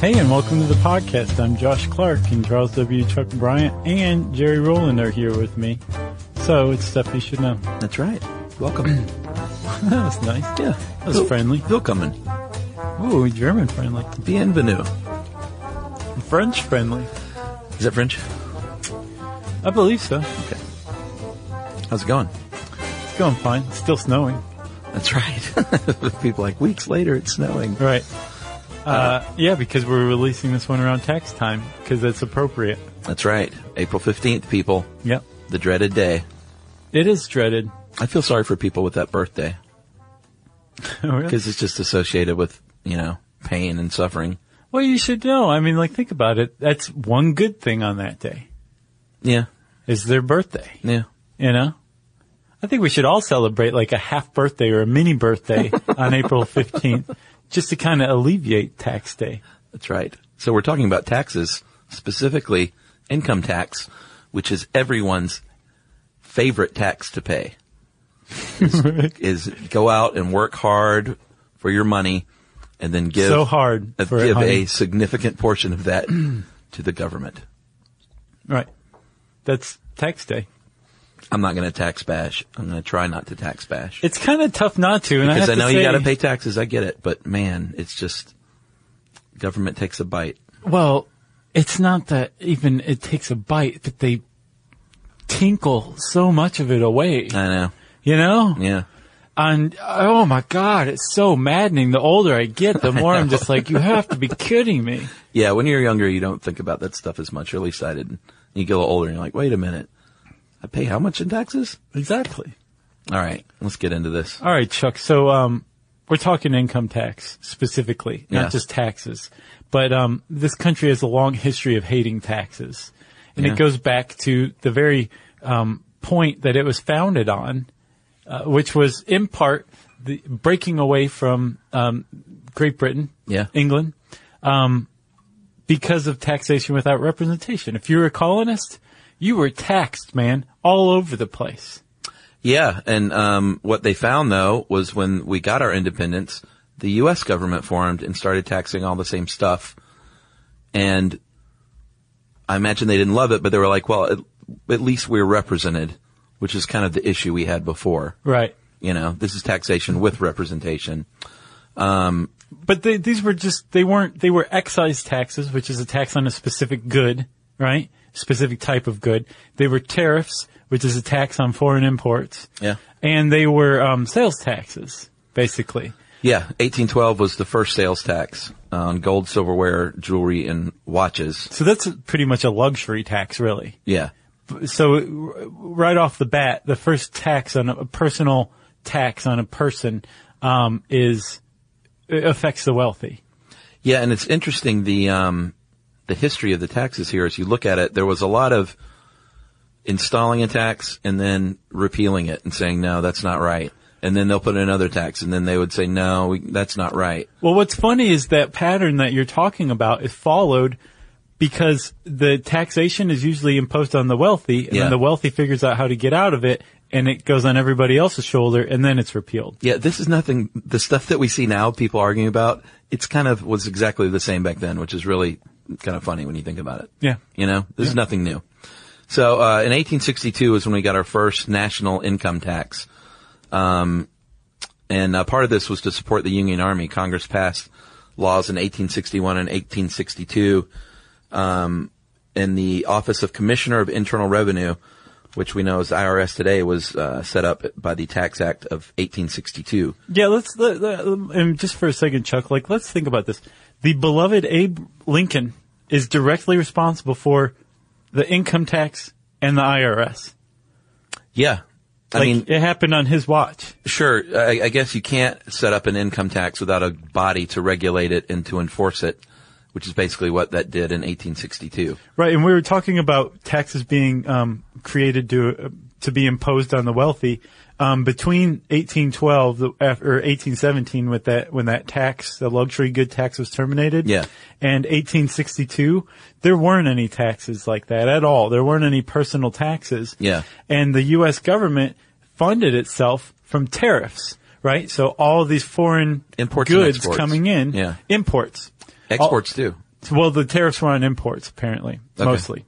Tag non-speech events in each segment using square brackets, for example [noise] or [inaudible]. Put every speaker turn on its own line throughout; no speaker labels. Hey, and welcome to the podcast. I'm Josh Clark, and Charles W. Chuck Bryant and Jerry Rowland are here with me. So it's stuff you should know. [laughs]
That's right.
[clears throat]
Welcome.
that was nice.
yeah.
That was friendly.
Willkommen.
Ooh, German friendly.
Bienvenue.
French friendly.
Is that French?
I believe so.
Okay. How's it going?
It's going fine. It's still snowing.
That's right. [laughs] People like weeks later it's snowing.
Right. Uh, yeah, because we're releasing this one around tax time because that's appropriate.
That's right. April 15th, people.
Yep.
The dreaded day.
It is [laughs] dreaded.
I feel sorry for people with that birthday
Oh, really?
because it's just associated with, you know, pain and suffering.
Well, you should know. I mean, like, think about it. That's one good thing on that day
Yeah.
is their birthday.
Yeah.
You know? I think we should all celebrate like a half birthday or a
[laughs]
mini birthday on April 15th just to kind of alleviate tax day.
That's right. So we're talking about taxes, specifically income tax, which is everyone's favorite tax to pay. [laughs] Is, is go out and work hard for your money and then give
so hard
uh,
for it,
give
honey.
a significant portion of that [clears throat] to the government.
Right. That's tax day.
I'm not going to tax bash. I'm going to try not to tax bash.
It's kind of tough not to. And
Because
I,
I,
have
know
to
you
say-
got to pay taxes. I get it. But man, it's just government takes a bite.
Well, it's not that even it takes a bite, but they tinkle so much of it away.
I know.
You know?
Yeah.
And oh my God, it's so maddening. The older I
[laughs]
get, the more I'm just like, you have to be kidding me.
Yeah, when you're younger, you don't think about that stuff as much, or at least I didn't. You get a little older and you're like, wait a minute. I pay how much in taxes?
Exactly.
All right, let's get into this.
All right, Chuck. So, um, we're talking income tax specifically, not
Yes.
just taxes. But, um, this country has a long history of hating taxes. And
Yeah.
it goes back to the very, um, point that it was founded on, uh, which was in part the breaking away from, um, Great Britain,
Yeah.
England, um, because of taxation without representation. If you were a colonist, you were taxed, man, all over the place.
Yeah, and um, what they found though was when we got our independence, the U.S. government formed and started taxing all the same stuff, and I imagine they didn't love it, but they were like, well, at, at least we're represented, which is kind of the issue we had before.
Right.
You know, this is taxation with representation.
But they, these were just, they weren't, they were excise taxes, which is a tax on a specific good, right? Specific type of good. They were tariffs, which is a tax on foreign imports.
Yeah.
And they were um, sales taxes, basically.
Yeah, 1812 was the first sales tax on gold, silverware, jewelry, and watches.
So that's pretty much a luxury tax, really.
Yeah,
So r- right off the bat, the first tax on a, a personal tax on a person um, is, it affects the wealthy.
yeah, and it's interesting the um, the history of the taxes here. As you look at it, there was a lot of installing a tax and then repealing it and saying no, that's not right, and then they'll put in another tax, and then they would say no, we, that's not right.
Well, what's funny is that pattern that you're talking about is followed because the taxation is usually imposed on the wealthy, and
Yeah.
then the wealthy figures out how to get out of it, and it goes on everybody else's shoulder and then it's repealed.
Yeah, this is nothing. The stuff that we see now, people arguing about, it's kind of was exactly the same back then, which is really kind of funny when you think about it.
Yeah.
You know, this is nothing new. So uh, in 1862 is when we got our first national income tax, um, and uh, part of this was to support the Union Army. Congress passed laws in 1861 and 1862, um, and the Office of Commissioner of Internal Revenue, which we know as IRS today, was uh, set up by the Tax Act of 1862.
Yeah, let's let, let- and just for a second, Chuck. Like, let's think about this. The beloved Abe Lincoln is directly responsible for the income tax and the IRS.
Yeah, I
Like,
mean,
it happened on his watch.
Sure. I, I guess you can't set up an income tax without a body to regulate it and to enforce it, which is basically what that did in 1862.
Right, and we were talking about taxes being um, created to uh, to be imposed on the wealthy um, between 1812 the- af- or 1817 with that when that tax, the luxury good tax, was terminated.
Yeah.
and 1862, there weren't any taxes like that at all. There weren't any personal taxes.
Yeah.
and the U.S. government funded itself from tariffs. Right, so all these foreign
Imports and
goods
exports.
coming in,
Yeah.
imports.
Exports too.
Well, the tariffs were on imports, apparently,
Okay.
mostly.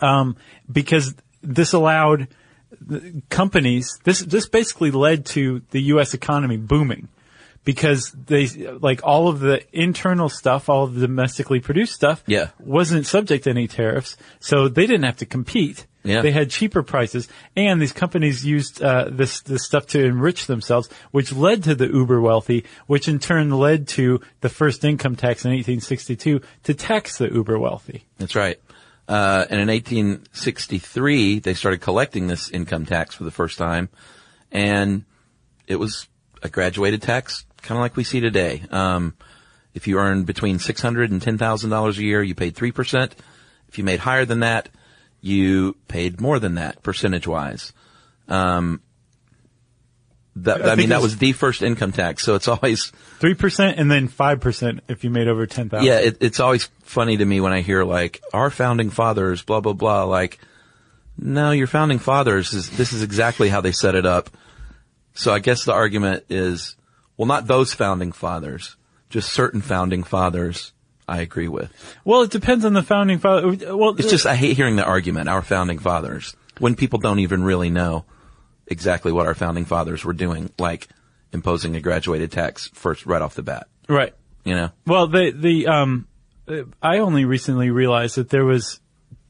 Um, because this allowed the companies, this, this basically led to the U.S. economy booming because they, like all of the internal stuff, all of the domestically produced stuff
Yeah.
wasn't subject to any tariffs. So they didn't have to compete.
Yeah.
They had cheaper prices and these companies used, uh, this, this stuff to enrich themselves, which led to the uber wealthy, which in turn led to the first income tax in 1862 to tax the uber wealthy.
That's right. Uh, and in 1863, they started collecting this income tax for the first time, and it was a graduated tax, kind of like we see today. Um, if you earned between six hundred and ten thousand dollars a year, you paid three percent. If you made higher than that, you paid more than that percentage wise. Um, that,
I
I,
think
mean, that
it's-
was the first income tax, so it's [laughs] always
3% and then 5% if you made over 10,000.
yeah, it, it's always funny to me when I hear like our founding fathers, blah blah blah. Like, no, your founding fathers is this is exactly how they set it up. So I guess the argument is, well, not those founding fathers, just certain founding fathers. I agree with.
Well, it depends on the founding father. Well,
It's just I hate hearing the argument. Our founding fathers, when people don't even really know exactly what our founding fathers were doing, like imposing a graduated tax first right off the bat.
right.
You know,
Well, the the um, uh, I only recently realized that there was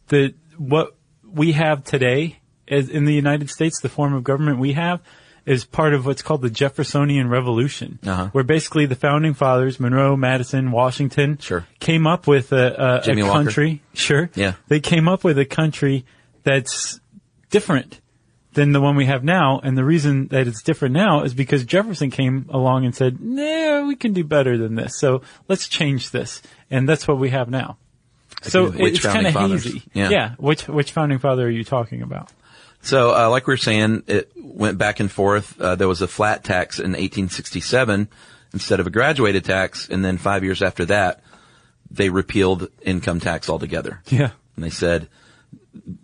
the what we have today is in the United States, the form of government we have is part of what's called the Jeffersonian Revolution,
Uh-huh.
where basically the founding fathers, Monroe, Madison, Washington,
Sure.
came up with a, a,
Jimmy
a
Walker.
country. Sure,
Yeah.
they came up with a country that's different than the one we have now. And the reason that it's different now is because Jefferson came along and said, no, we can do better than this. So let's change this. And that's what we have now. So
Which
it's kind
founding
of
fathers?
hazy.
Yeah.
Which, which founding father are you talking about?
So, uh, like we were saying, it went back and forth. Uh, there was a flat tax in 1867 instead of a graduated tax, and then five years after that, they repealed income tax altogether.
Yeah.
And they said,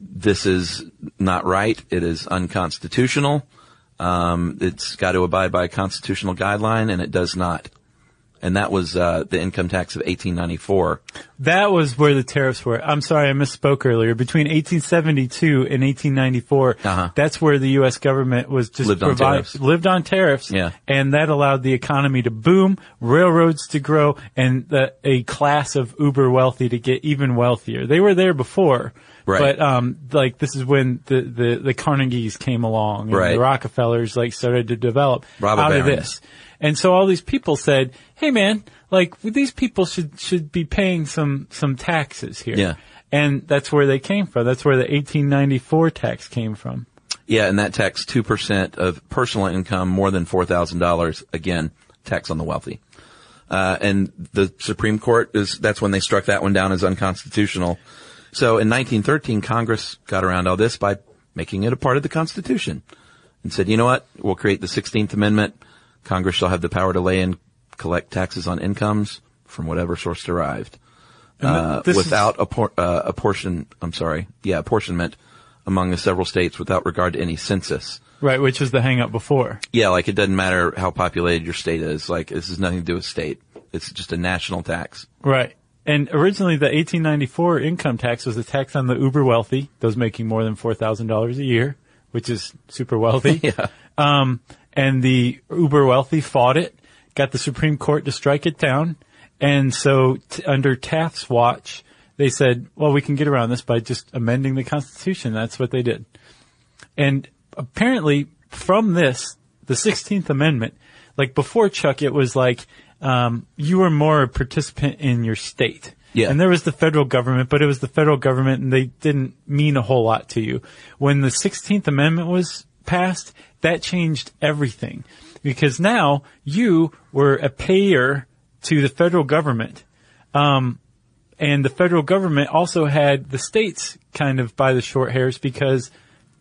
this is not right. It is unconstitutional. Um, it's got to abide by a constitutional guideline, and it does not. And that was uh, the income tax of 1894.
That was where the tariffs were. I'm sorry, I misspoke earlier. Between 1872 and 1894,
Uh-huh.
that's where the U.S. government was just
Lived on
provi-
tariffs.
lived on tariffs,
Yeah.
and that allowed the economy to boom, railroads to grow, and the, a class of uber wealthy to get even wealthier. They were there before,
Right.
but um, like this is when the the, the Carnegies came along, and
Right.
the Rockefellers like started to develop
Robber
out of
barons.
this. And so all these people said, "Hey, man, like these people should should be paying some some taxes here."
Yeah.
And that's where they came from. That's where the 1894 tax came from.
Yeah, and that tax 2% of personal income more than $4,000. Again, tax on the wealthy. Uh, and the Supreme Court is, that's when they struck that one down as unconstitutional. So in 1913, Congress got around all this by making it a part of the Constitution and said, you know what? We'll create the 16th Amendment. Congress shall have the power to lay and collect taxes on incomes from whatever source derived.
And th-
Uh,
this is-
without a por- uh, apportion, I'm sorry, yeah, apportionment among the several states without regard to any census.
Right, which was the hang up before.
Yeah, like it doesn't matter how populated your state is. Like this has nothing to do with state. It's just a national tax.
Right. And originally the 1894 income tax was a tax on the uber wealthy, those making more than $4,000 a year, which is super wealthy.
yeah.
Um, and the uber wealthy fought it, got the Supreme Court to strike it down. And so t- under Taft's watch, they said, well, we can get around this by just amending the Constitution. That's what they did. And apparently from this, the 16th Amendment, like before Chuck, it was like, um, you were more a participant in your state.
Yeah.
And there was the federal government, but it was the federal government and they didn't mean a whole lot to you. When the 16th Amendment was passed, that changed everything because now you were a payer to the federal government. Um, and the federal government also had the states kind of by the short hairs because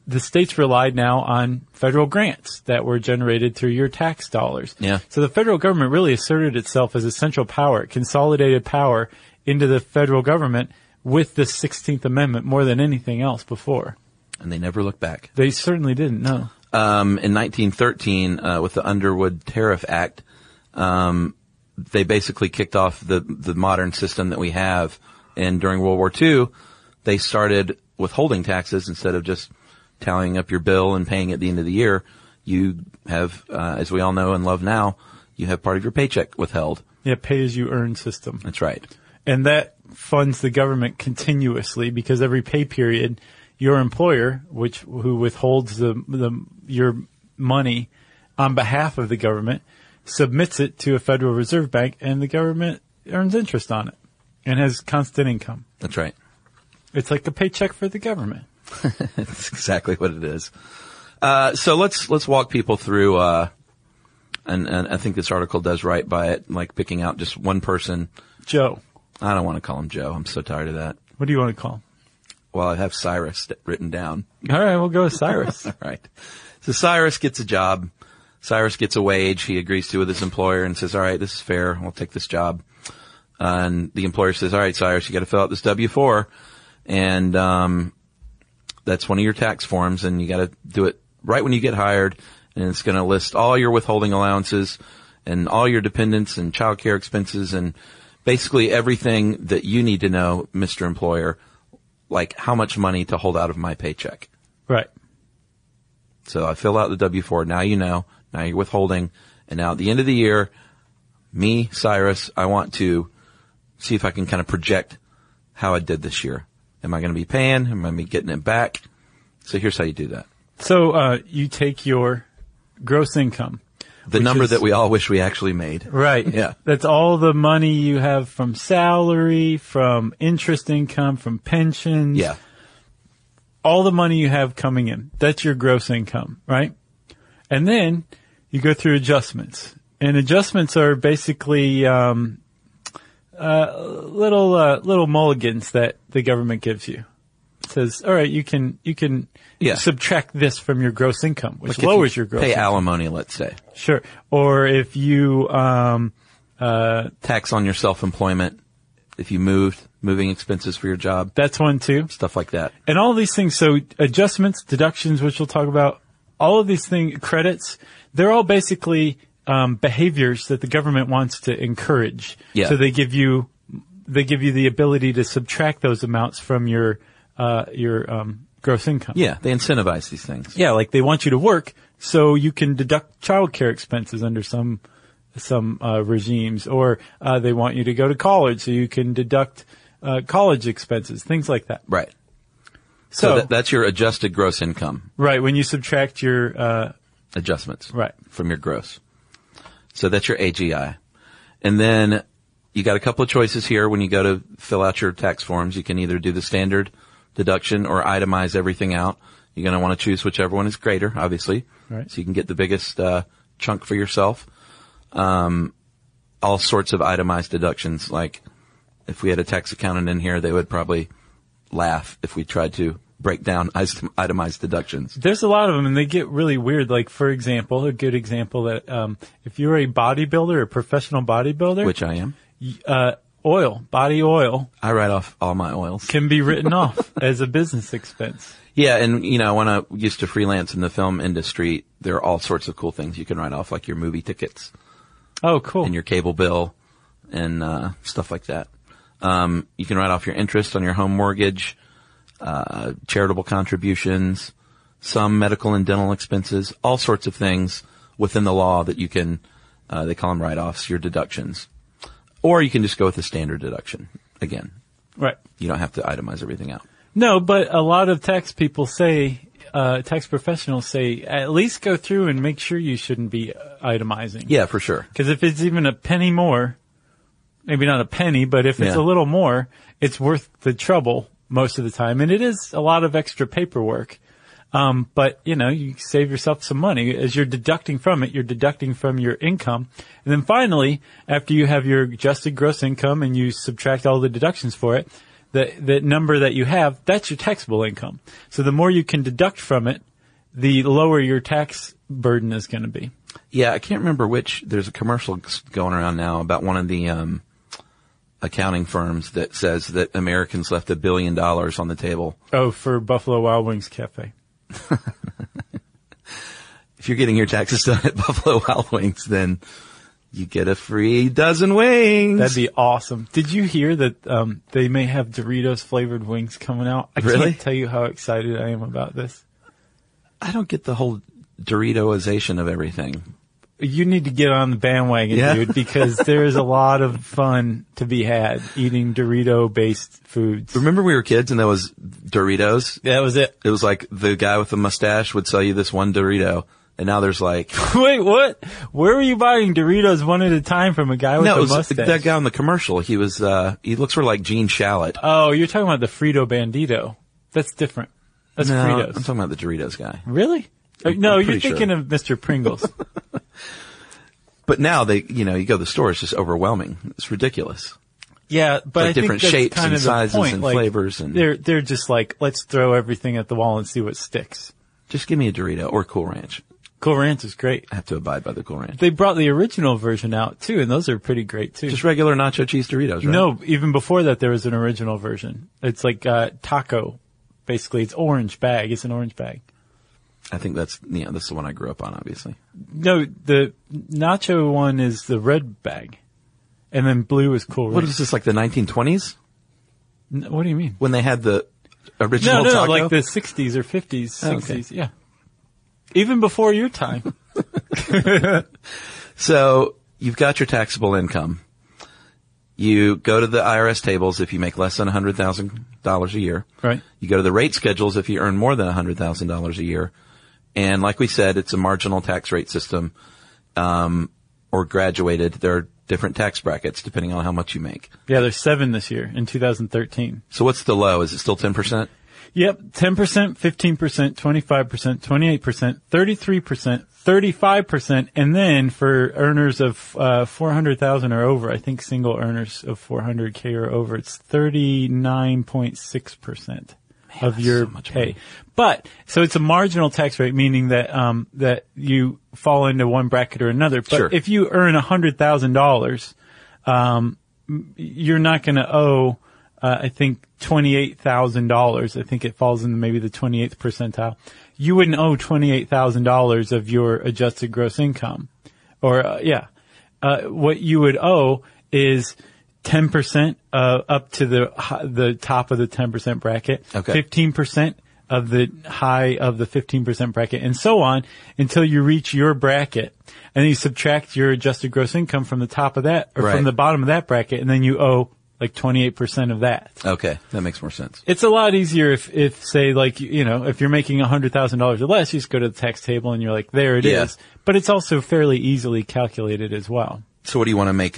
the states relied now on federal grants that were generated through your tax dollars.
Yeah.
So the federal government really asserted itself as a central power, it consolidated power into the federal government with the 16th Amendment more than anything else before.
And they never look back.
They certainly didn't, no.
um, in 1913 uh, with the Underwood Tariff Act, um, they basically kicked off the the modern system that we have. And during World War II, they started withholding taxes instead of just tallying up your bill and paying at the end of the year. You have, uh, as we all know and love now, you have part of your paycheck withheld.
Yeah, pay as you earn system.
That's right.
and that funds the government continuously because every pay period, your employer, which who withholds the the your money on behalf of the government, submits it to a Federal Reserve Bank, and the government earns interest on it and has constant income.
That's right.
It's like a paycheck for the government.
That's exactly what it is. Uh, so let's let's walk people through, uh, and, and I think this article does right by it, like picking out just one person.
Joe,
I don't want to call him Joe. I'm so tired of that.
what do you want to call
Well, I have Cyrus st- written down.
him? All right, we'll go with
[laughs]
Cyrus.
All right. So Cyrus gets a job. Cyrus gets a wage he agrees to with his employer and says, all right, this is fair. I'll take this job. and the employer says, all right, Cyrus, you got to fill out this W-4 and, um, that's one of your tax forms and you got to do it right when you get hired and it's going to list all your withholding allowances and all your dependents and child care expenses and basically everything that you need to know, Mr. Employer, like how much money to hold out of my paycheck.
[laughs] right.
So I fill out the W-4. Now you know. Now you're withholding. And now at the end of the year, me, Cyrus, I want to see if I can kind of project how I did this year. Am I going to be paying? Am I gonna be getting it back? So here's how you do that.
So uh, you take your gross income.
The
Which
number
is-
that we all wish we actually made.
Right.
Yeah.
[laughs] That's all the money you have from salary, from interest income, from pensions.
Yeah.
All the money you have coming in. That's your gross income, right? And then you go through adjustments. And adjustments are basically, um, uh, little, uh, little mulligans that the government gives you. It says, all right, you can, you can
Yeah.
subtract this from your gross income, which
Like if you
lowers your gross
Pay
income.
alimony, let's say.
Sure. Or if you, um,
Tax on your self-employment. If you moved, moving expenses for your job,
that's one too.
stuff like that.
and all these things. So adjustments, deductions, which we'll talk about, all of these things, credits, they're all basically um, behaviors that the government wants to encourage.
Yeah.
So they give you they give you the ability to subtract those amounts from your uh, your um, gross income.
Yeah. They incentivize these things.
Yeah, like they want you to work so you can deduct childcare expenses under some some uh, regimes, or uh, they want you to go to college so you can deduct uh, college expenses, things like that.
Right.
So,
So, that, that's your adjusted gross income
Right, when you subtract your uh,
adjustments.
right,
from your gross. So that's your AGI. And then you got a couple of choices here when you go to fill out your tax forms. You can either do the standard deduction or itemize everything out. You're going to want to choose whichever one is greater, obviously.
Right.
So you can get the biggest uh, chunk for yourself. Um, all sorts of itemized deductions. Like if we had a tax accountant in here, they would probably laugh if we tried to break down [laughs] item- itemized deductions.
there's a lot of them, and they get really weird. Like for example, a good example that um, if you're a bodybuilder, a professional bodybuilder,
Which I am.
uh, oil, body oil,
I write off all my oils.
can be written [laughs] off as a business expense.
Yeah, and you know, when I used to freelance in the film industry, there are all sorts of cool things you can write off, like your movie tickets
Oh, cool.
and your cable bill and uh, stuff like that. Um, you can write off your interest on your home mortgage, uh, charitable contributions, some medical and dental expenses, all sorts of things within the law that you can. Uh, they call them write-offs, your deductions, or you can just go with a standard deduction. Again,
right.
you don't have to itemize everything out.
No, but a lot of tax people say, uh, tax professionals say, at least go through and make sure you shouldn't be itemizing.
Yeah, for sure.
Because if it's even a penny more, maybe not a penny, but if it's
Yeah.
a little more, it's worth the trouble most of the time. And it is a lot of extra paperwork. Um, but you know, you save yourself some money as you're deducting from it. You're deducting from your income. And then finally, after you have your adjusted gross income and you subtract all the deductions for it, that, that number that you have, that's your taxable income. So the more you can deduct from it, the lower your tax burden is going to be.
Yeah, I can't remember which. There's a commercial g- going around now about one of the um, accounting firms that says that Americans left a billion dollars on the table.
Oh, for Buffalo Wild Wings Cafe.
If you're getting your taxes [laughs] done at Buffalo Wild Wings, then you get a free dozen wings.
That'd be awesome. Did you hear that um, they may have Doritos flavored wings coming out? I
Really?
can't tell you how excited I am about this.
I don't get the whole Doritoization of everything.
You need to get on the bandwagon,
Yeah. [laughs]
dude, because there is a lot of fun to be had eating Dorito based foods.
Remember we were kids and there was Doritos?
That was it.
It was like the guy with the mustache would sell you this one Dorito. And now there's like,
[laughs] Wait, what? Where were you buying Doritos one at a time from a guy with
no, it
a
was
Oh, mustache?
that guy in the commercial. He was, uh, he looks sort of like Gene Shalit.
oh, you're talking about the Frito Bandito. That's different. That's
No, I'm
Fritos.
talking about the Doritos guy.
really? Uh, No,
I'm
you're
pretty
thinking
sure.
of Mr. Pringles.
But now they, you know, you go to the store, it's just overwhelming. It's ridiculous.
Yeah, but
Like
I think
different
that's
shapes
kind
and
of the
sizes
point.
and
like,
flavors and-
they're they're just like let's throw everything at the wall and see what sticks.
Just give me a Dorito or Cool Ranch.
Cool Ranch is great.
I have to abide by the Cool Ranch.
They brought the original version out too, and those are pretty great too.
Just regular nacho cheese Doritos, right?
No, even before that, there was an original version. It's like uh, taco, basically. It's orange bag. It's an orange bag.
I think that's, you know, that's the one I grew up on, obviously.
No, the nacho one is the red bag, and then blue is Cool
What
Ranch.
is this, like the 1920s?
N- what do you mean?
When they had the
No,
original
no,
taco?
like the 60s or 50s, 60s.
Oh, okay.
Yeah, even before your time.
[laughs] So you've got your taxable income. You go to the IRS tables if you make less than $100,000 a year.
Right.
You go to the rate schedules if you earn more than $100,000 a year. And like we said, it's a marginal tax rate system, um, or graduated. There are different tax brackets depending on how much you make.
Yeah, there's seven this year in 2013.
So what's the low? Is it still 10%?
Yep, 10%, 15%, 25%, 28%, 33%, 35%, and then for earners of uh, 400,000 or over, I think single earners of 400k or over, it's 39.6% of
that's
your
so much
pay.
money.
But so it's a marginal tax rate, meaning that um, that you fall into one bracket or another. But
Sure.
if you earn hundred thousand dollars, um, you're not going to owe. Uh, I think twenty eight thousand dollars. I think it falls in maybe the twenty eighth percentile. You wouldn't owe twenty eight thousand dollars of your adjusted gross income, or uh, yeah, uh, what you would owe is ten percent uh, up to the hi- the top of the ten percent bracket.
Okay.
15% of the high of the 15% bracket and so on until you reach your bracket. And then you subtract your adjusted gross income from the top of that or
Right.
from the bottom of that bracket and then you owe like 28% of that.
Okay. That makes more sense.
It's a lot easier if, if say like, you know, if you're making $100,000 or less, you just go to the tax table and you're like, there it is.
Yeah.
But it's also fairly easily calculated as well.
So what do you want to make?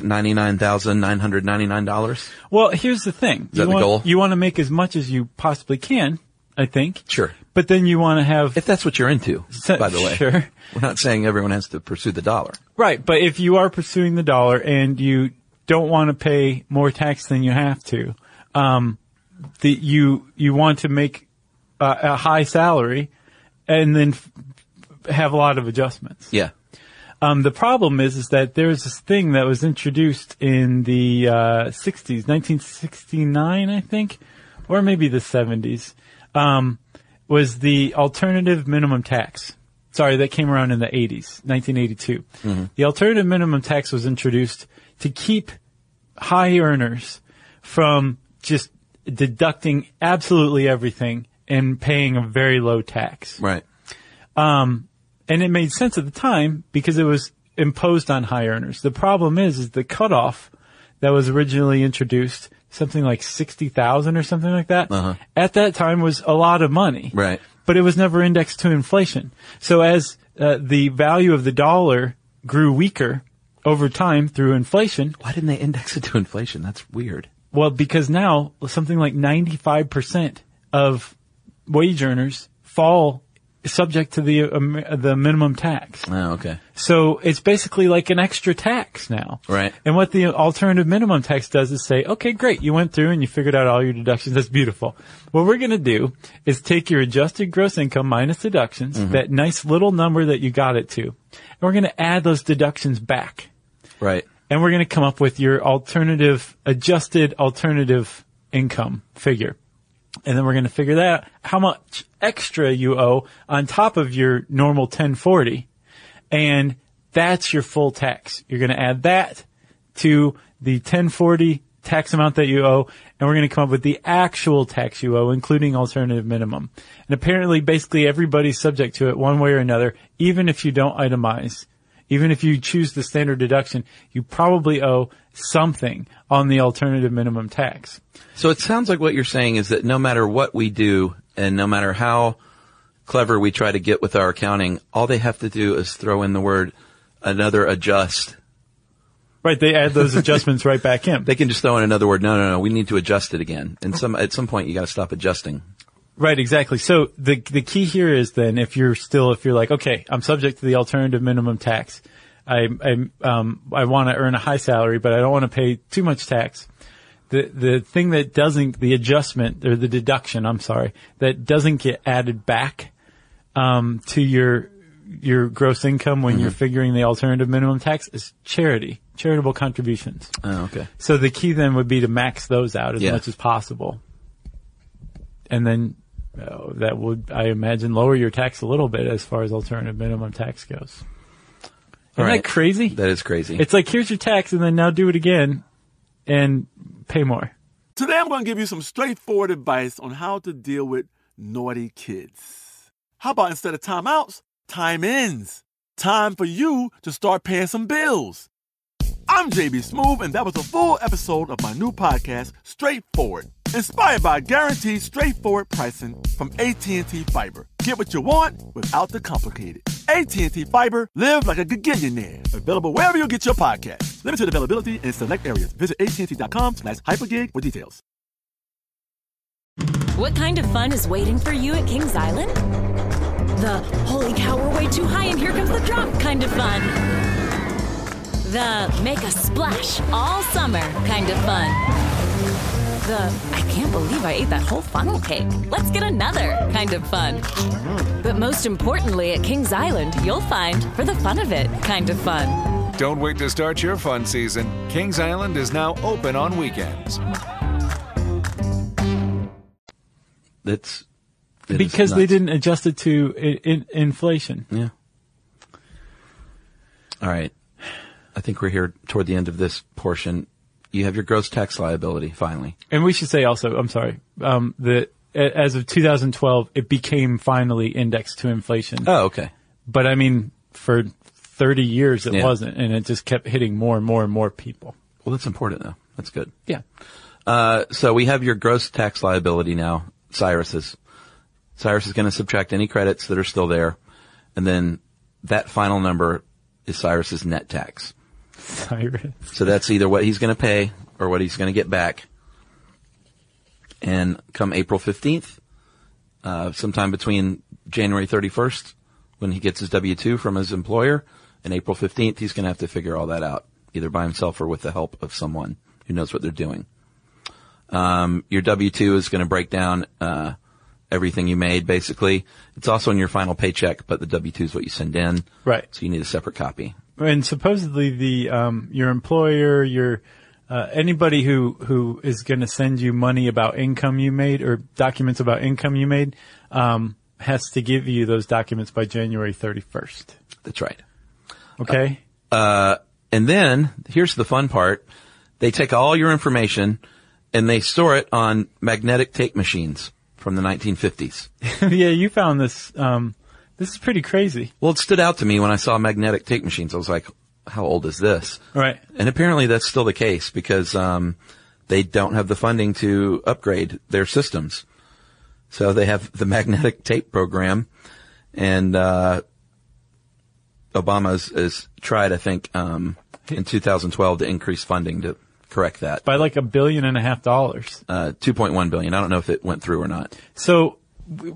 $99,999?
Well, here's the thing.
Is that
you
the
want,
goal?
You want to make as much as you possibly can, I think.
Sure.
But then you want to have
If that's what you're [laughs] into,
So-
by the way.
[laughs] sure.
We're not saying everyone has to pursue the dollar.
Right, but if you are pursuing the dollar and you don't want to pay more tax than you have to, um, the, you you want to make uh, a high salary and then f- have a lot of adjustments.
Yeah.
Um, the problem is, is that there's this thing that was introduced in the uh, 60s, 1969, I think, or maybe the 70s, um, was the alternative minimum tax. Sorry, that came around in the 80s, 1982. The alternative minimum tax was introduced to keep high earners from just deducting absolutely everything and paying a very low tax
Right.
and it made sense at the time because it was imposed on high earners. The problem is, is the cutoff that was originally introduced, something like 60,000 or something like that, at that time was a lot of money.
Right.
But it was never indexed to inflation. So as uh, the value of the dollar grew weaker over time through inflation,
Why didn't they index it to inflation? That's weird.
well, because now something like 95% of wage earners fall subject to the um, the minimum tax.
Oh, okay.
So it's basically like an extra tax now.
Right.
And what the alternative minimum tax does is say, okay, great, you went through and you figured out all your deductions. That's beautiful. What we're going to do is take your adjusted gross income minus deductions, that nice little number that you got it to, and we're going to add those deductions back.
Right.
And we're going to come up with your alternative, adjusted alternative income figure. And then we're going to figure that out, how much extra you owe on top of your normal 1040 and that's your full tax. You're going to add that to the 1040 tax amount that you owe, and we're going to come up with the actual tax you owe, including alternative minimum. And apparently, basically, everybody's subject to it one way or another, even if you don't itemize. Even if you choose the standard deduction, you probably owe something on the alternative minimum tax.
So it sounds like what you're saying is that no matter what we do and no matter how clever we try to get with our accounting, all they have to do is throw in the word another adjust.
Right, they add those adjustments right back in.
They can just throw in another word. No, no, no. We need to adjust it again. And some, at some point you got to stop adjusting.
Right, exactly. So the the key here is then if you're still if you're like, okay, I'm subject to the alternative minimum tax. I I um I want to earn a high salary, but I don't want to pay too much tax. The the thing that doesn't the adjustment or the deduction, I'm sorry, that doesn't get added back um to your your gross income when you're figuring the alternative minimum tax is charity, charitable contributions.
Oh, okay.
So the key then would be to max those out as
Yeah.
much as possible, and then uh, that would, I imagine, lower your tax a little bit as far as alternative minimum tax goes. Isn't
Right.
that crazy?
That is crazy.
it's like here's your tax, and then now do it again, and pay more.
Today, I'm going to give you some straightforward advice on how to deal with naughty kids. How about instead of timeouts, time ins? Time for you to start paying some bills. I'm JB Smoove, and that was a full episode of my new podcast, Straightforward, inspired by guaranteed straightforward pricing from AT&T Fiber. Get what you want without the complicated. AT&T Fiber, live like a gigillionaire. Available wherever you get your podcast. Limited availability in select areas. Visit AT&T.com slash hypergig for details.
What kind of fun is waiting for you at Kings Island? The holy cow, we're way too high and here comes the drop kind of fun. The make a splash all summer kind of fun. The I can't believe I ate that whole funnel cake. Let's get another kind of fun. But most importantly, at Kings Island, you'll find for the fun of it kind of fun.
Don't wait to start your fun season. Kings Island is now open on weekends.
It's it is
because they
nuts.
didn't adjust it to in, in, inflation.
Yeah. All right. I think we're here toward the end of this portion. You have your gross tax liability finally.
And we should say also, I'm sorry, um, that a- as of 2012, it became finally indexed to inflation.
Oh, okay.
but I mean, for 30 years it
Yeah.
wasn't, and it just kept hitting more and more and more people.
Well, that's important though. That's good.
Yeah.
Uh, so we have your gross tax liability now, Cyrus's. Cyrus is going to subtract any credits that are still there. And then that final number is Cyrus's net tax.
Cyrus.
So that's either what he's going to pay or what he's going to get back. And come April 15th, uh, sometime between January 31st, when he gets his W-2 from his employer, and April 15th, he's going to have to figure all that out, either by himself or with the help of someone who knows what they're doing. Um, your W-2 is going to break down, uh, everything you made, basically. It's also in your final paycheck, but the W-2 is what you send in.
Right.
So you need a separate copy.
and supposedly the um, your employer, your uh, anybody who who is going to send you money about income you made or documents about income you made um, has to give you those documents by January 31st.
That's right.
Okay.
Uh, and then here's the fun part. They take all your information and they store it on magnetic tape machines from the 1950s.
[laughs] yeah, you found this. Um, this is pretty crazy.
Well, it stood out to me when I saw magnetic tape machines. I was like, how old is this?
Right.
And apparently that's still the case because, um, they don't have the funding to upgrade their systems. So they have the magnetic tape program and, uh, Obama's is tried, I think, um, in 2012 to increase funding to correct that
by like a billion and a half dollars.
Uh, 2.1 billion. I don't know if it went through or not.
So,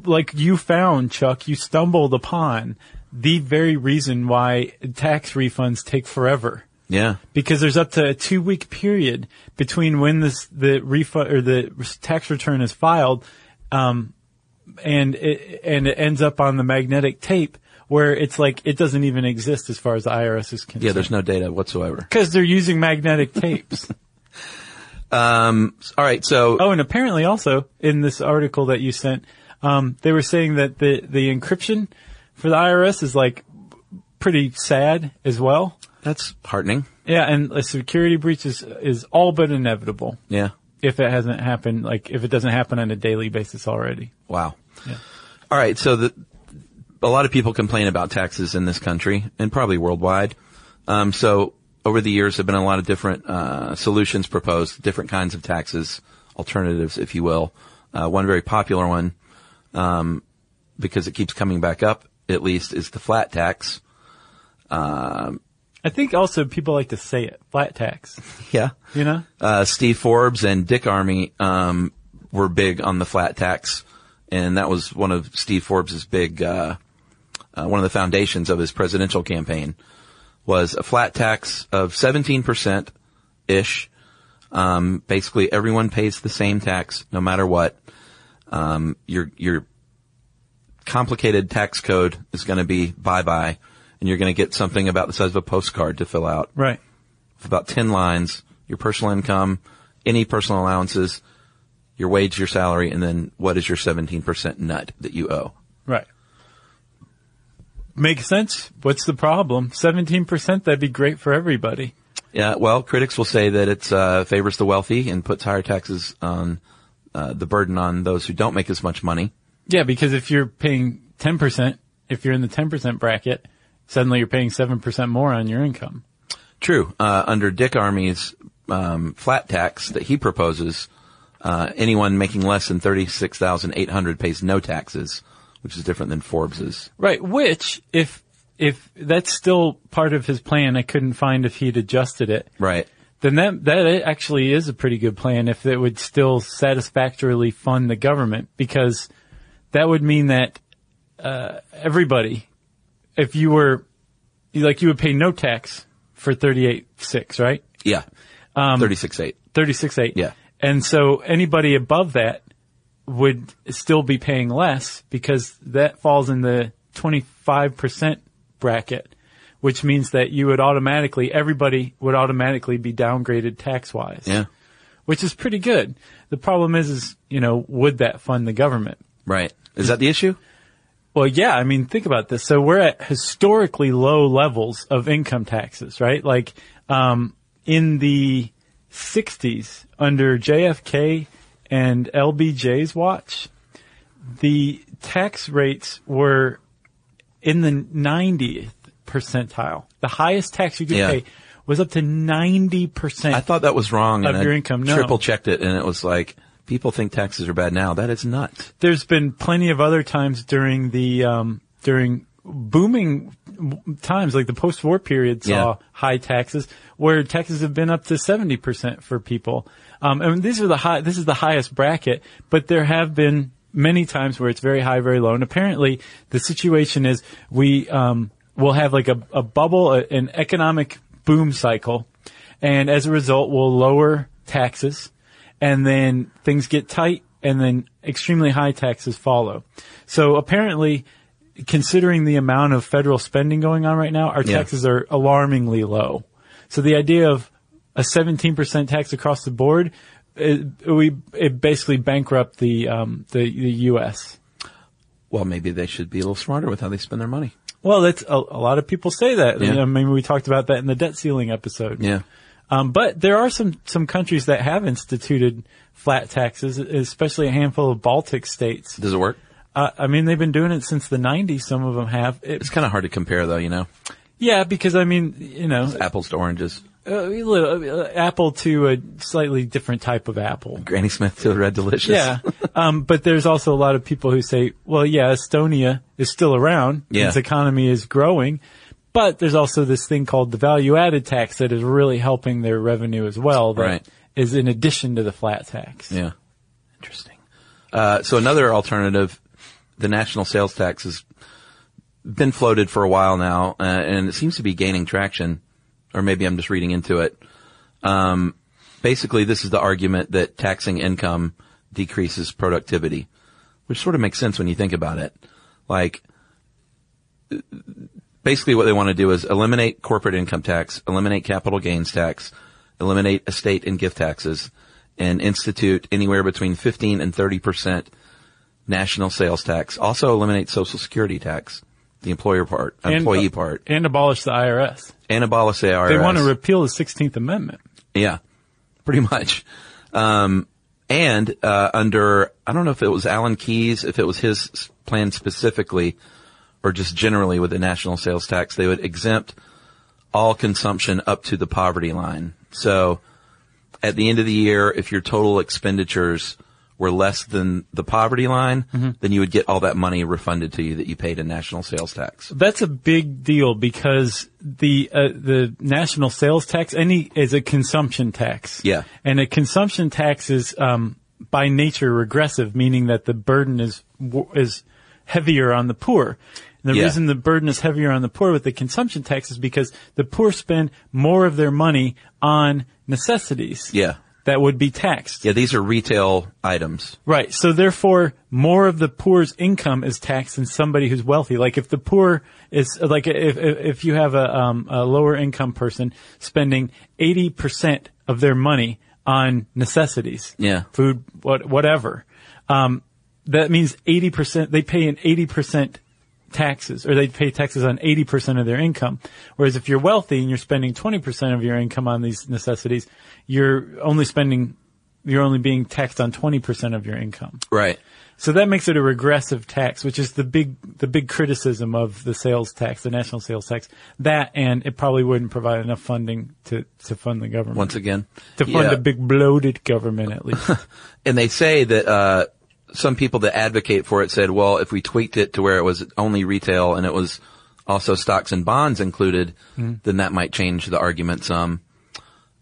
like you found, Chuck, you stumbled upon the very reason why tax refunds take forever.
Yeah.
Because there's up to a two week period between when this, the refund or the tax return is filed, um, and it, and it ends up on the magnetic tape where it's like it doesn't even exist as far as the IRS is concerned.
Yeah, there's no data whatsoever.
Because they're using magnetic tapes.
um, all right, so
oh, and apparently also in this article that you sent, um, they were saying that the the encryption for the IRS is like pretty sad as well.
That's heartening.
Yeah, and a security breach is is all but inevitable.
Yeah,
if it hasn't happened, like if it doesn't happen on a daily basis already.
Wow.
Yeah.
All right, so the a lot of people complain about taxes in this country and probably worldwide. Um, so over the years, there have been a lot of different uh, solutions proposed, different kinds of taxes, alternatives, if you will. Uh, one very popular one, um, because it keeps coming back up, at least, is the flat tax. Um,
I think also people like to say it, flat tax.
Yeah.
You know?
Uh, Steve Forbes and Dick Army were big on the flat tax, and that was one of Steve Forbes's big uh, one of the foundations of his presidential campaign was a flat tax of 17% ish. Um, basically everyone pays the same tax no matter what. Um, your, your complicated tax code is going to be bye bye and you're going to get something about the size of a postcard to fill out.
Right.
With about 10 lines, your personal income, any personal allowances, your wage, your salary, and then what is your 17% nut that you owe.
Right. Makes sense. What's the problem? 17%, that'd be great for everybody.
Yeah, well, critics will say that it uh, favors the wealthy and puts higher taxes on uh, the burden on those who don't make as much money.
Yeah, because if you're paying 10%, if you're in the 10% bracket, suddenly you're paying 7% more on your income.
True. Uh, under Dick Army's um, flat tax that he proposes, uh, anyone making less than 36800 pays no taxes which is different than Forbes's.
Right, which if if that's still part of his plan, I couldn't find if he'd adjusted it.
Right.
Then that that actually is a pretty good plan if it would still satisfactorily fund the government because that would mean that uh, everybody, if you were like you would pay no tax for thirty eight six, right?
Yeah. Um, thirty six eight.
Thirty six eight.
Yeah.
And so anybody above that would still be paying less because that falls in the 25% bracket, which means that you would automatically, everybody would automatically be downgraded tax wise.
Yeah.
Which is pretty good. The problem is, is, you know, would that fund the government?
Right. Is that the issue?
Well, yeah. I mean, think about this. So we're at historically low levels of income taxes, right? Like, um, in the 60s under JFK, and LBJ's watch, the tax rates were in the 90th percentile. The highest tax you could
yeah.
pay was up to 90%.
I thought that was wrong.
Of
and
your
I
income, no.
Triple checked it and it was like, people think taxes are bad now. That is nuts.
There's been plenty of other times during the, um, during booming times, like the post-war period saw
Yeah.
high taxes, where taxes have been up to 70% for people. Um, and these are the high, this is the highest bracket, but there have been many times where it's very high, very low. And apparently the situation is we, um, will have like a, a bubble, a, an economic boom cycle. And as a result, we'll lower taxes and then things get tight and then extremely high taxes follow. So apparently considering the amount of federal spending going on right now, our
Yeah.
taxes are alarmingly low. So the idea of a 17% tax across the board, it, we it basically bankrupt the um, the the U.S.
Well, maybe they should be a little smarter with how they spend their money.
Well, that's a, a lot of people say that.
Yeah.
I mean, we talked about that in the debt ceiling episode.
Yeah.
Um, but there are some, some countries that have instituted flat taxes, especially a handful of Baltic states.
Does it work?
Uh, I mean, they've been doing it since the 90s. Some of them have. It,
It's kind of hard to compare though, you know,
yeah, because I mean, you know,
apples to oranges.
uh, we li- uh, apple to a slightly different type of apple.
Granny Smith to the Red Delicious.
Yeah.
[laughs]
um, but there's also a lot of people who say, well, yeah, Estonia is still around.
Yeah.
Its economy is growing. But there's also this thing called the value added tax that is really helping their revenue as well. That is
Right.
in addition to the flat tax.
Yeah. Interesting. Uh, so another alternative, the national sales tax has been floated for a while now, uh, and it seems to be gaining traction, or maybe I'm just reading into it. Um, basically, this is the argument that taxing income decreases productivity, which sort of makes sense when you think about it. Like, basically what they want to do is eliminate corporate income tax, eliminate capital gains tax, eliminate estate and gift taxes, and institute anywhere between 15 and 30 percent national sales tax. Also eliminate social security tax, the employer part,
And- uh,
employee part,
And abolish the IRS.
and abolish the IRS.
They want to repeal the 16th Amendment.
Yeah, pretty much. Um, and uh, under, I don't know if it was Alan Keyes, if it was his s- plan specifically, or just generally with the national sales tax, they would exempt all consumption up to the poverty line. So at the end of the year, if your total expenditures were less than the poverty line,
Mm-hmm.
then you would get all that money refunded to you that you paid in national sales tax.
That's a big deal because the uh, the national sales tax any is a consumption tax.
Yeah.
and a consumption tax is um, by nature regressive, meaning that the burden is wo- is heavier on the poor. And the
Yeah.
reason the burden is heavier on the poor with the consumption tax is because the poor spend more of their money on necessities.
Yeah.
that would be taxed.
Yeah, these are retail items.
Right. So therefore, more of the poor's income is taxed than somebody who's wealthy. Like if the poor is like if if, if you have a, um, a lower income person spending eighty percent of their money on necessities,
Yeah.
food, what whatever, um, that means eighty percent they pay an eighty percent taxes or they pay taxes on 80% of their income. Whereas if you're wealthy and you're spending 20% of your income on these necessities, you're only spending, you're only being taxed on 20% of your income.
Right.
So that makes it a regressive tax, which is the big, the big criticism of the sales tax, the national sales tax. That and it probably wouldn't provide enough funding to, to fund the government.
Once again.
to fund
Yeah.
a big bloated government
[laughs]
at least.
and they say that uh, some people that advocate for it said, well, if we tweaked it to where it was only retail and it was also stocks and bonds included, then that might change the argument some.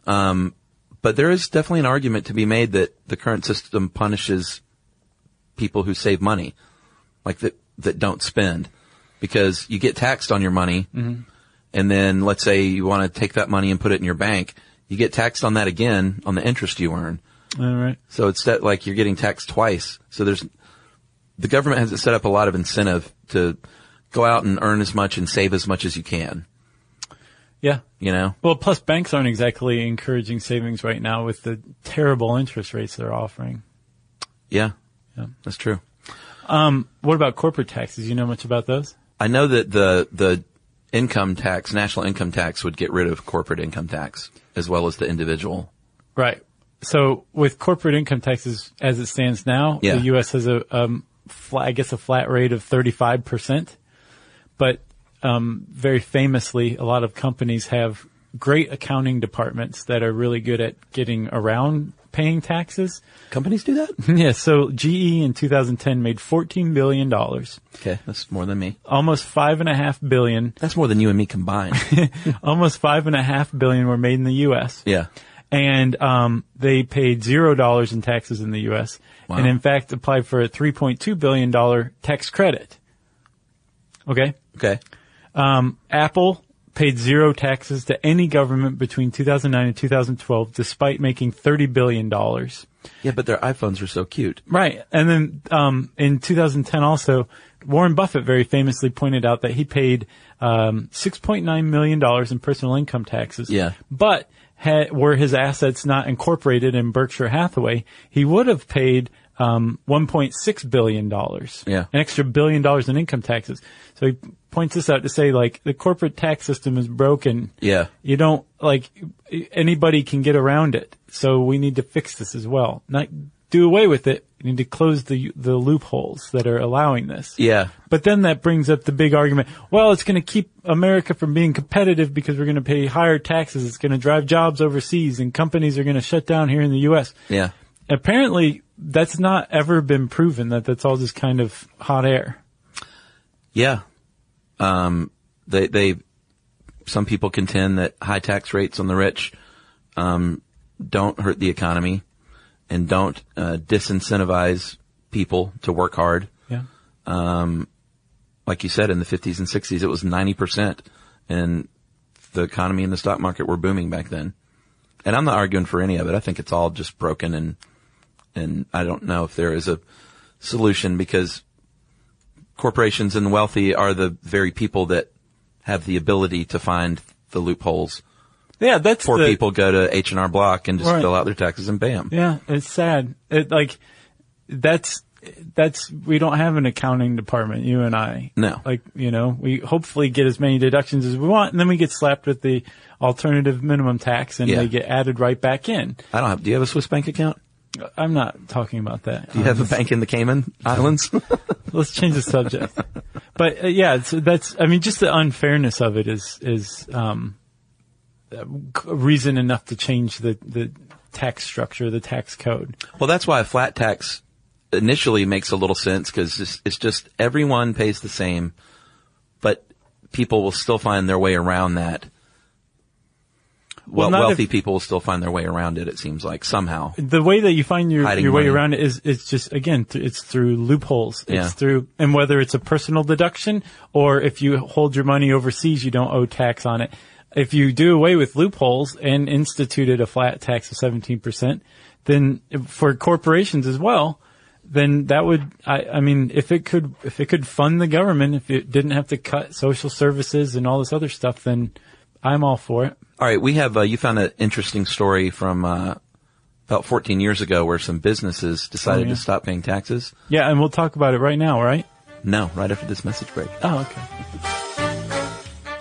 Um, but there is definitely an argument to be made that the current system punishes people who save money, like that that don't spend, because you get taxed on your money, and then let's say you want to take that money and put it in your bank, you get taxed on that again on the interest you earn.
All right.
So it's that like you're getting taxed twice. So there's the government has set up a lot of incentive to go out and earn as much and save as much as you can.
Yeah.
You know,
Well, plus banks aren't exactly encouraging savings right now with the terrible interest rates they're offering.
yeah,
Yeah.
that's true.
What about corporate taxes? You know much about those?
I know that the the income tax, national income tax, would get rid of corporate income tax as well as the individual.
Right. So with corporate income taxes as it stands now,
Yeah.
the U.S. has a um, flat, I guess, a flat rate of thirty-five percent. But um, very famously, a lot of companies have great accounting departments that are really good at getting around paying taxes.
Companies do that.
yeah. So GE in 2010 made 14 billion dollars,
[laughs] okay, that's more than me.
almost five and a half billion,
That's more than you and me [laughs] combined.
almost five and a half billion were made in the U.S.
yeah.
and um, they paid zero dollars in taxes in the U.S.
Wow.
and in fact applied for a 3.2 billion dollar tax credit. Okay,
Okay.
Apple paid zero taxes to any government between 2009 and 2012, despite making 30 billion dollars.
Yeah, but their iPhones were so cute.
Right. And then um, in 2010 also, Warren Buffett very famously pointed out that he paid um, $6.9 million in personal income taxes.
Yeah.
But had, were his assets not incorporated in Berkshire Hathaway, he would have paid um, $1.6 billion.
Yeah.
An extra billion dollars in income taxes. So he points this out to say, like, the corporate tax system is broken.
Yeah.
You don't, like, anybody can get around it. So we need to fix this as well. Not do away with it. We need to close the, the loopholes that are allowing this.
Yeah.
But then that brings up the big argument. Well, it's going to keep America from being competitive because we're going to pay higher taxes. It's going to drive jobs overseas and companies are going to shut down here in the U.S.
Yeah.
Apparently, that's not ever been proven that that's all just kind of hot air.
Yeah. Um, they, they, some people contend that high tax rates on the rich, um, don't hurt the economy and don't, uh, disincentivize people to work hard.
Yeah.
Um, like you said, in the 50s and 60s, it was 90% and the economy and the stock market were booming back then. And I'm not arguing for any of it. I think it's all just broken and, and I don't know if there is a solution because corporations and wealthy are the very people that have the ability to find the loopholes.
Yeah, that's
Poor
the-
people go to H and R Block and just
Right.
fill out their taxes and bam.
Yeah, it's sad. It like that's that's we don't have an accounting department. You and I.
No.
Like you know, we hopefully get as many deductions as we want, and then we get slapped with the alternative minimum tax, and
Yeah.
they get added right back in.
I don't have. Do you have a Swiss bank account?
I'm not talking about that. Uh,
Do you have a bank in the Cayman
[laughs]
Islands?
Let's change the subject.
[laughs]
but uh, yeah, it's, that's I mean, just the unfairness of it is is um, uh, c- reason enough to change the the tax structure, the tax code.
well, that's why a flat tax initially makes a little sense because it's, it's just everyone pays the same, but people will still find their way around that. Well,
Well, not
wealthy
if-
people will still find their way around it. It seems like somehow.
the way that you find your,
Hiding
your way
money.
around it is it's just again th- it's through loopholes.
Yeah.
It's through and whether it's a personal deduction or if you hold your money overseas, you don't owe tax on it. If you do away with loopholes and instituted a flat tax of seventeen percent, then if- for corporations as well, then that would I, I mean if it could if it could fund the government if it didn't have to cut social services and all this other stuff, then I'm all for it.
All right, we have uh, you found an interesting story from uh, about 14 years ago where some businesses decided
Oh, yeah.
to stop paying taxes.
Yeah, and we'll talk about it right now, right?
No, right after this message break.
Oh, okay.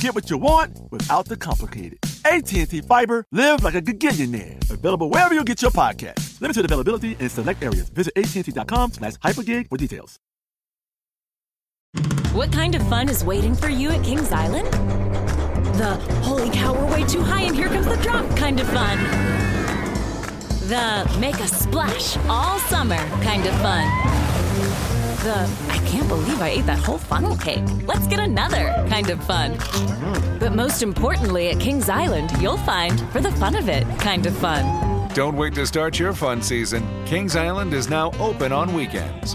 Get what you want without the complicated. AT&T Fiber, live like a gigillionaire. Available wherever you get your podcast. Limited availability in select areas. Visit AT&T.com slash hypergig for details.
What kind of fun is waiting for you at Kings Island? The holy cow, we're way too high and here comes the drop kind of fun. The make a splash all summer kind of fun. The I can't believe I ate that whole funnel cake. Let's get another kind of fun. But most importantly, at Kings Island, you'll find for the fun of it kind of fun.
Don't wait to start your fun season. Kings Island is now open on weekends.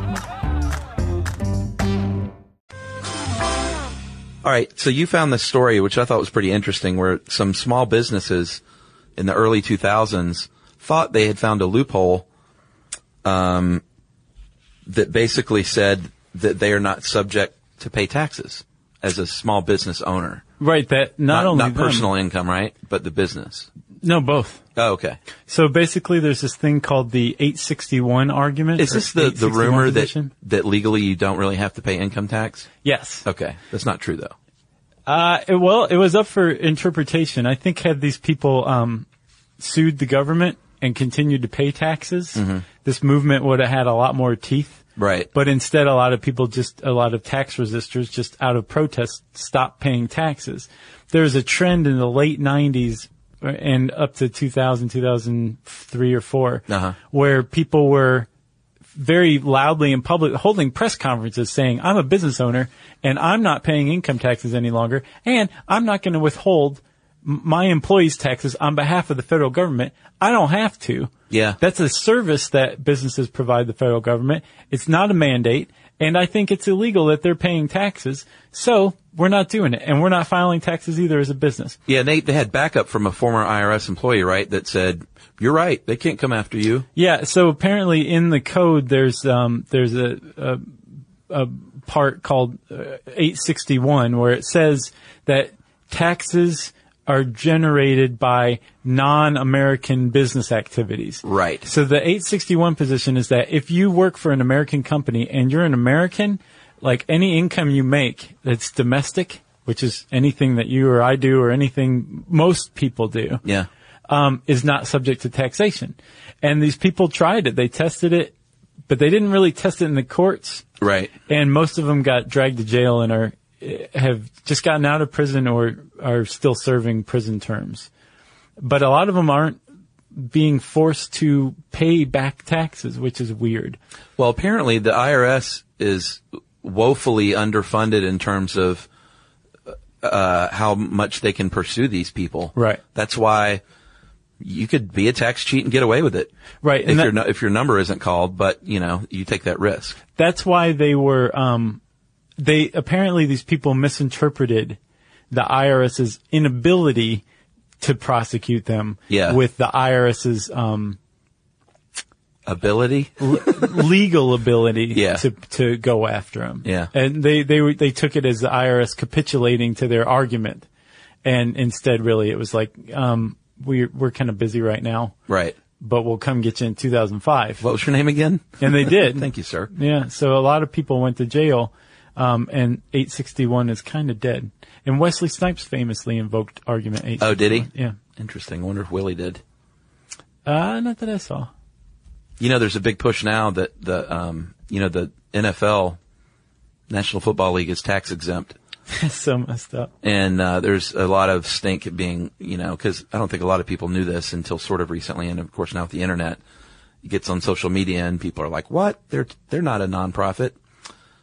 All right, so you found this story, which I thought was pretty interesting, where some small businesses in the early 2000s thought they had found a loophole um, that basically said that they are not subject to pay taxes as a small business owner.
Right, that not, only
not
them.
personal income, right? But the business.
No, both.
Oh, okay.
So basically, there's this thing called the 861 argument.
Is
or
this the, the
861
rumor that,
position.
that legally you don't really have to pay income tax?
Yes.
Okay. That's not true though.
Uh, it- well, it was up for interpretation. I think had these people um, sued the government and continued to pay taxes, this movement would have had a lot more teeth.
Mm-hmm. Right.
But instead, a lot of people just, a lot of tax resistors just out of protest stopped paying taxes. There was a trend in the late 90s and up to 2000, 2003 or 4
Uh-huh.
where people were very loudly in public holding press conferences saying, I'm a business owner and I'm not paying income taxes any longer and I'm not going to withhold my employees' taxes on behalf of the federal government. I don't have to.
Yeah.
That's a service that businesses provide the federal government. It's not a mandate. And I think it's illegal that they're paying taxes. So we're not doing it. And we're not filing taxes either as a business.
Yeah, they, they had backup from a former IRS employee, right? That said, you're right. They can't come after you.
Yeah. So apparently in the code, there's, um, there's a, a, a part called uh, 861 where it says that taxes are generated by non-American business activities.
Right.
So the 861 position is that if you work for an American company and you're an American, like any income you make that's domestic, which is anything that you or I do or anything most people do.
Yeah.
Um, is not subject to taxation. And these people tried it. They tested it, but they didn't really test it in the courts.
Right.
And most of them got dragged to jail and are have just gotten out of prison or are still serving prison terms. But a lot of them aren't being forced to pay back taxes, which is weird.
Well, apparently the IRS is woefully underfunded in terms of uh, how much they can pursue these people.
Right.
That's why you could be a tax cheat and get away with it.
Right.
If, that, your, if your number isn't called, but you know, you take that risk.
That's why they were, um, they apparently these people misinterpreted the IRS's inability to prosecute them
yeah.
with the IRS's um,
ability,
l- legal ability
[laughs] yeah.
to to go after them.
Yeah,
and they they were, they took it as the IRS capitulating to their argument, and instead, really, it was like um, we we're kind of busy right now,
right?
But we'll come get you in 2005.
What was your name again? [laughs]
And they did.
Thank you, sir.
Yeah. So a lot of people went to jail. Um, and 861 is kind of dead. And Wesley Snipes famously invoked argument 861.
Oh, did he?
Yeah.
Interesting. I wonder if Willie did.
Uh, not that I saw. [laughs]
You know, there's a big push now that the, um, you know, the NFL, National Football League is tax exempt.
so messed up.
And, uh, there's a lot of stink at being, you know, cause I don't think a lot of people knew this until sort of recently. And of course now with the internet, it gets on social media and people are like, what? They're, they're not a nonprofit.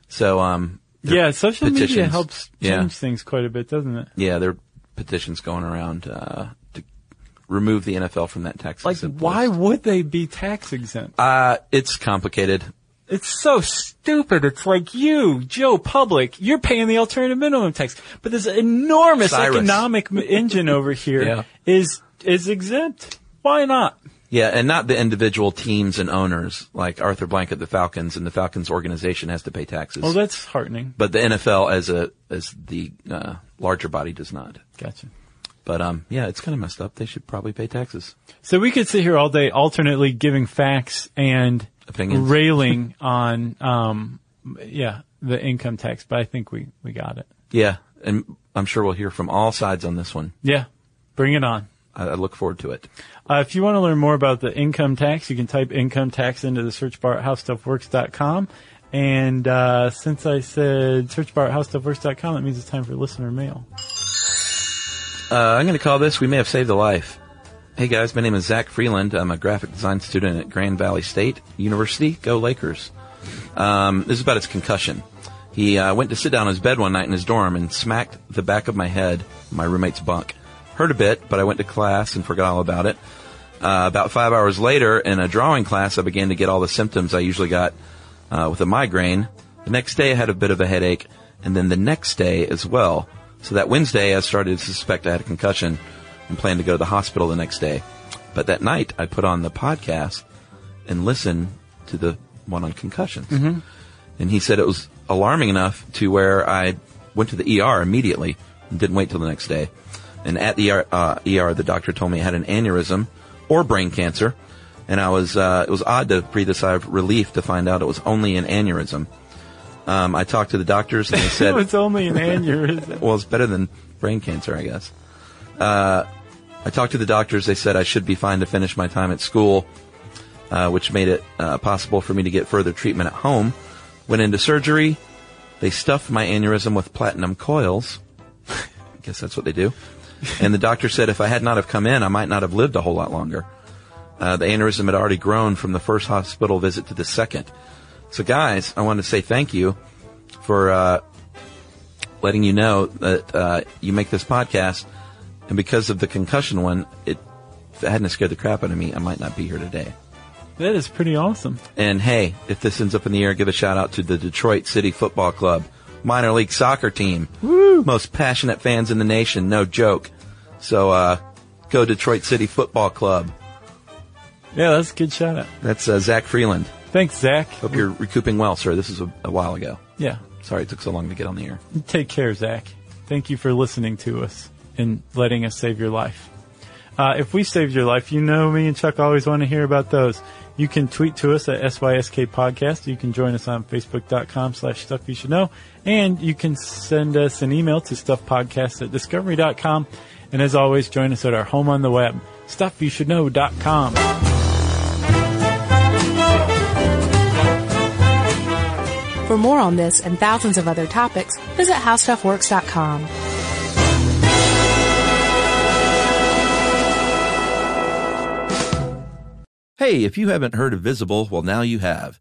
So, um, there
yeah,
are
social media
petitions.
helps change
Yeah.
things quite a bit, doesn't it?
Yeah, there are petitions going around, uh, to remove the NFL from that tax
Like,
exempt
why
list.
would they be tax exempt?
Uh, it's complicated.
It's so stupid. It's like you, Joe Public, you're paying the alternative minimum tax, but this enormous
Cyrus.
economic m-
[laughs]
engine over here is
Yeah.
is exempt. Why not?
Yeah, and not the individual teams and owners like Arthur Blank at the Falcons and the Falcons organization has to pay taxes.
Well, that's heartening.
but the NFL as a as the uh, larger body does not.
Gotcha.
But um, yeah, it's kind of messed up. They should probably pay taxes.
So we could sit here all day alternately giving facts and
Opinions.
railing [laughs] on, um, yeah, the income tax, but I think we, we got it.
Yeah, and I'm sure we'll hear from all sides on this one.
Yeah. Bring it on.
I, I look forward to it.
Uh, if you want to learn more about the income tax, you can type income tax into the search bar at howstuffworks.com. And uh, since I said search bar at howstuffworks.com, that means it's time for listener mail.
Uh, I'm going to call this. We may have saved a life. Hey guys, my name is Zach Freeland. I'm a graphic design student at Grand Valley State University. Go Lakers. Um, this is about his concussion. He uh, went to sit down on his bed one night in his dorm and smacked the back of my head, on my roommate's bunk. Hurt a bit, but I went to class and forgot all about it. Uh, about five hours later, in a drawing class, I began to get all the symptoms I usually got uh, with a migraine. The next day, I had a bit of a headache, and then the next day as well. So that Wednesday, I started to suspect I had a concussion and planned to go to the hospital the next day. But that night, I put on the podcast and listened to the one on concussions. And he said it was alarming enough to where I went to the ER immediately and didn't wait till the next day. And at the ER, uh, ER the doctor told me I had an aneurysm or brain cancer. And I was, uh, it was odd to breathe a sigh of relief to find out it was only an aneurysm. Um, I talked to the doctors and they
[laughs]
said,
it's only an aneurysm.
well, it's better than brain cancer, I guess. Uh, I talked to the doctors. They said I should be fine to finish my time at school, uh, which made it uh, possible for me to get further treatment at home. Went into surgery. They stuffed my aneurysm with platinum coils. [laughs] I guess that's what they do. And the doctor said if I had not have come in, I might not have lived a whole lot longer. Uh, the aneurysm had already grown from the first hospital visit to the second. So, guys, I want to say thank you for uh, letting you know that uh, you make this podcast And because of the concussion one, it, if it hadn't scared the crap out of me, I might not be here today.
That is pretty awesome.
And hey, if this ends up in the air, give a shout out to the Detroit City Football Club, minor league soccer team. Woo! Most passionate fans in the nation, no joke. So, uh, go Detroit City Football Club.
Yeah, that's a good shout out.
That's uh, Zach Freeland.
Thanks, Zach.
Hope you're recouping well, sir. This is a, a while ago.
Yeah.
Sorry it took so long to get on the air.
Take care, Zach. Thank you for listening to us and letting us save your life. Uh, if we saved your life, you know me and Chuck always want to hear about those. You can tweet to us at SYSK Podcast. You can join us on Facebook.com slash Stuff You Should Know. And you can send us an email to StuffPodcast at Discovery.com. And as always, join us at our home on the web, StuffYouShouldKnow.com.
For more on this and thousands of other topics, visit HowStuffWorks.com.
Hey, if you haven't heard of Visible, well, now you have.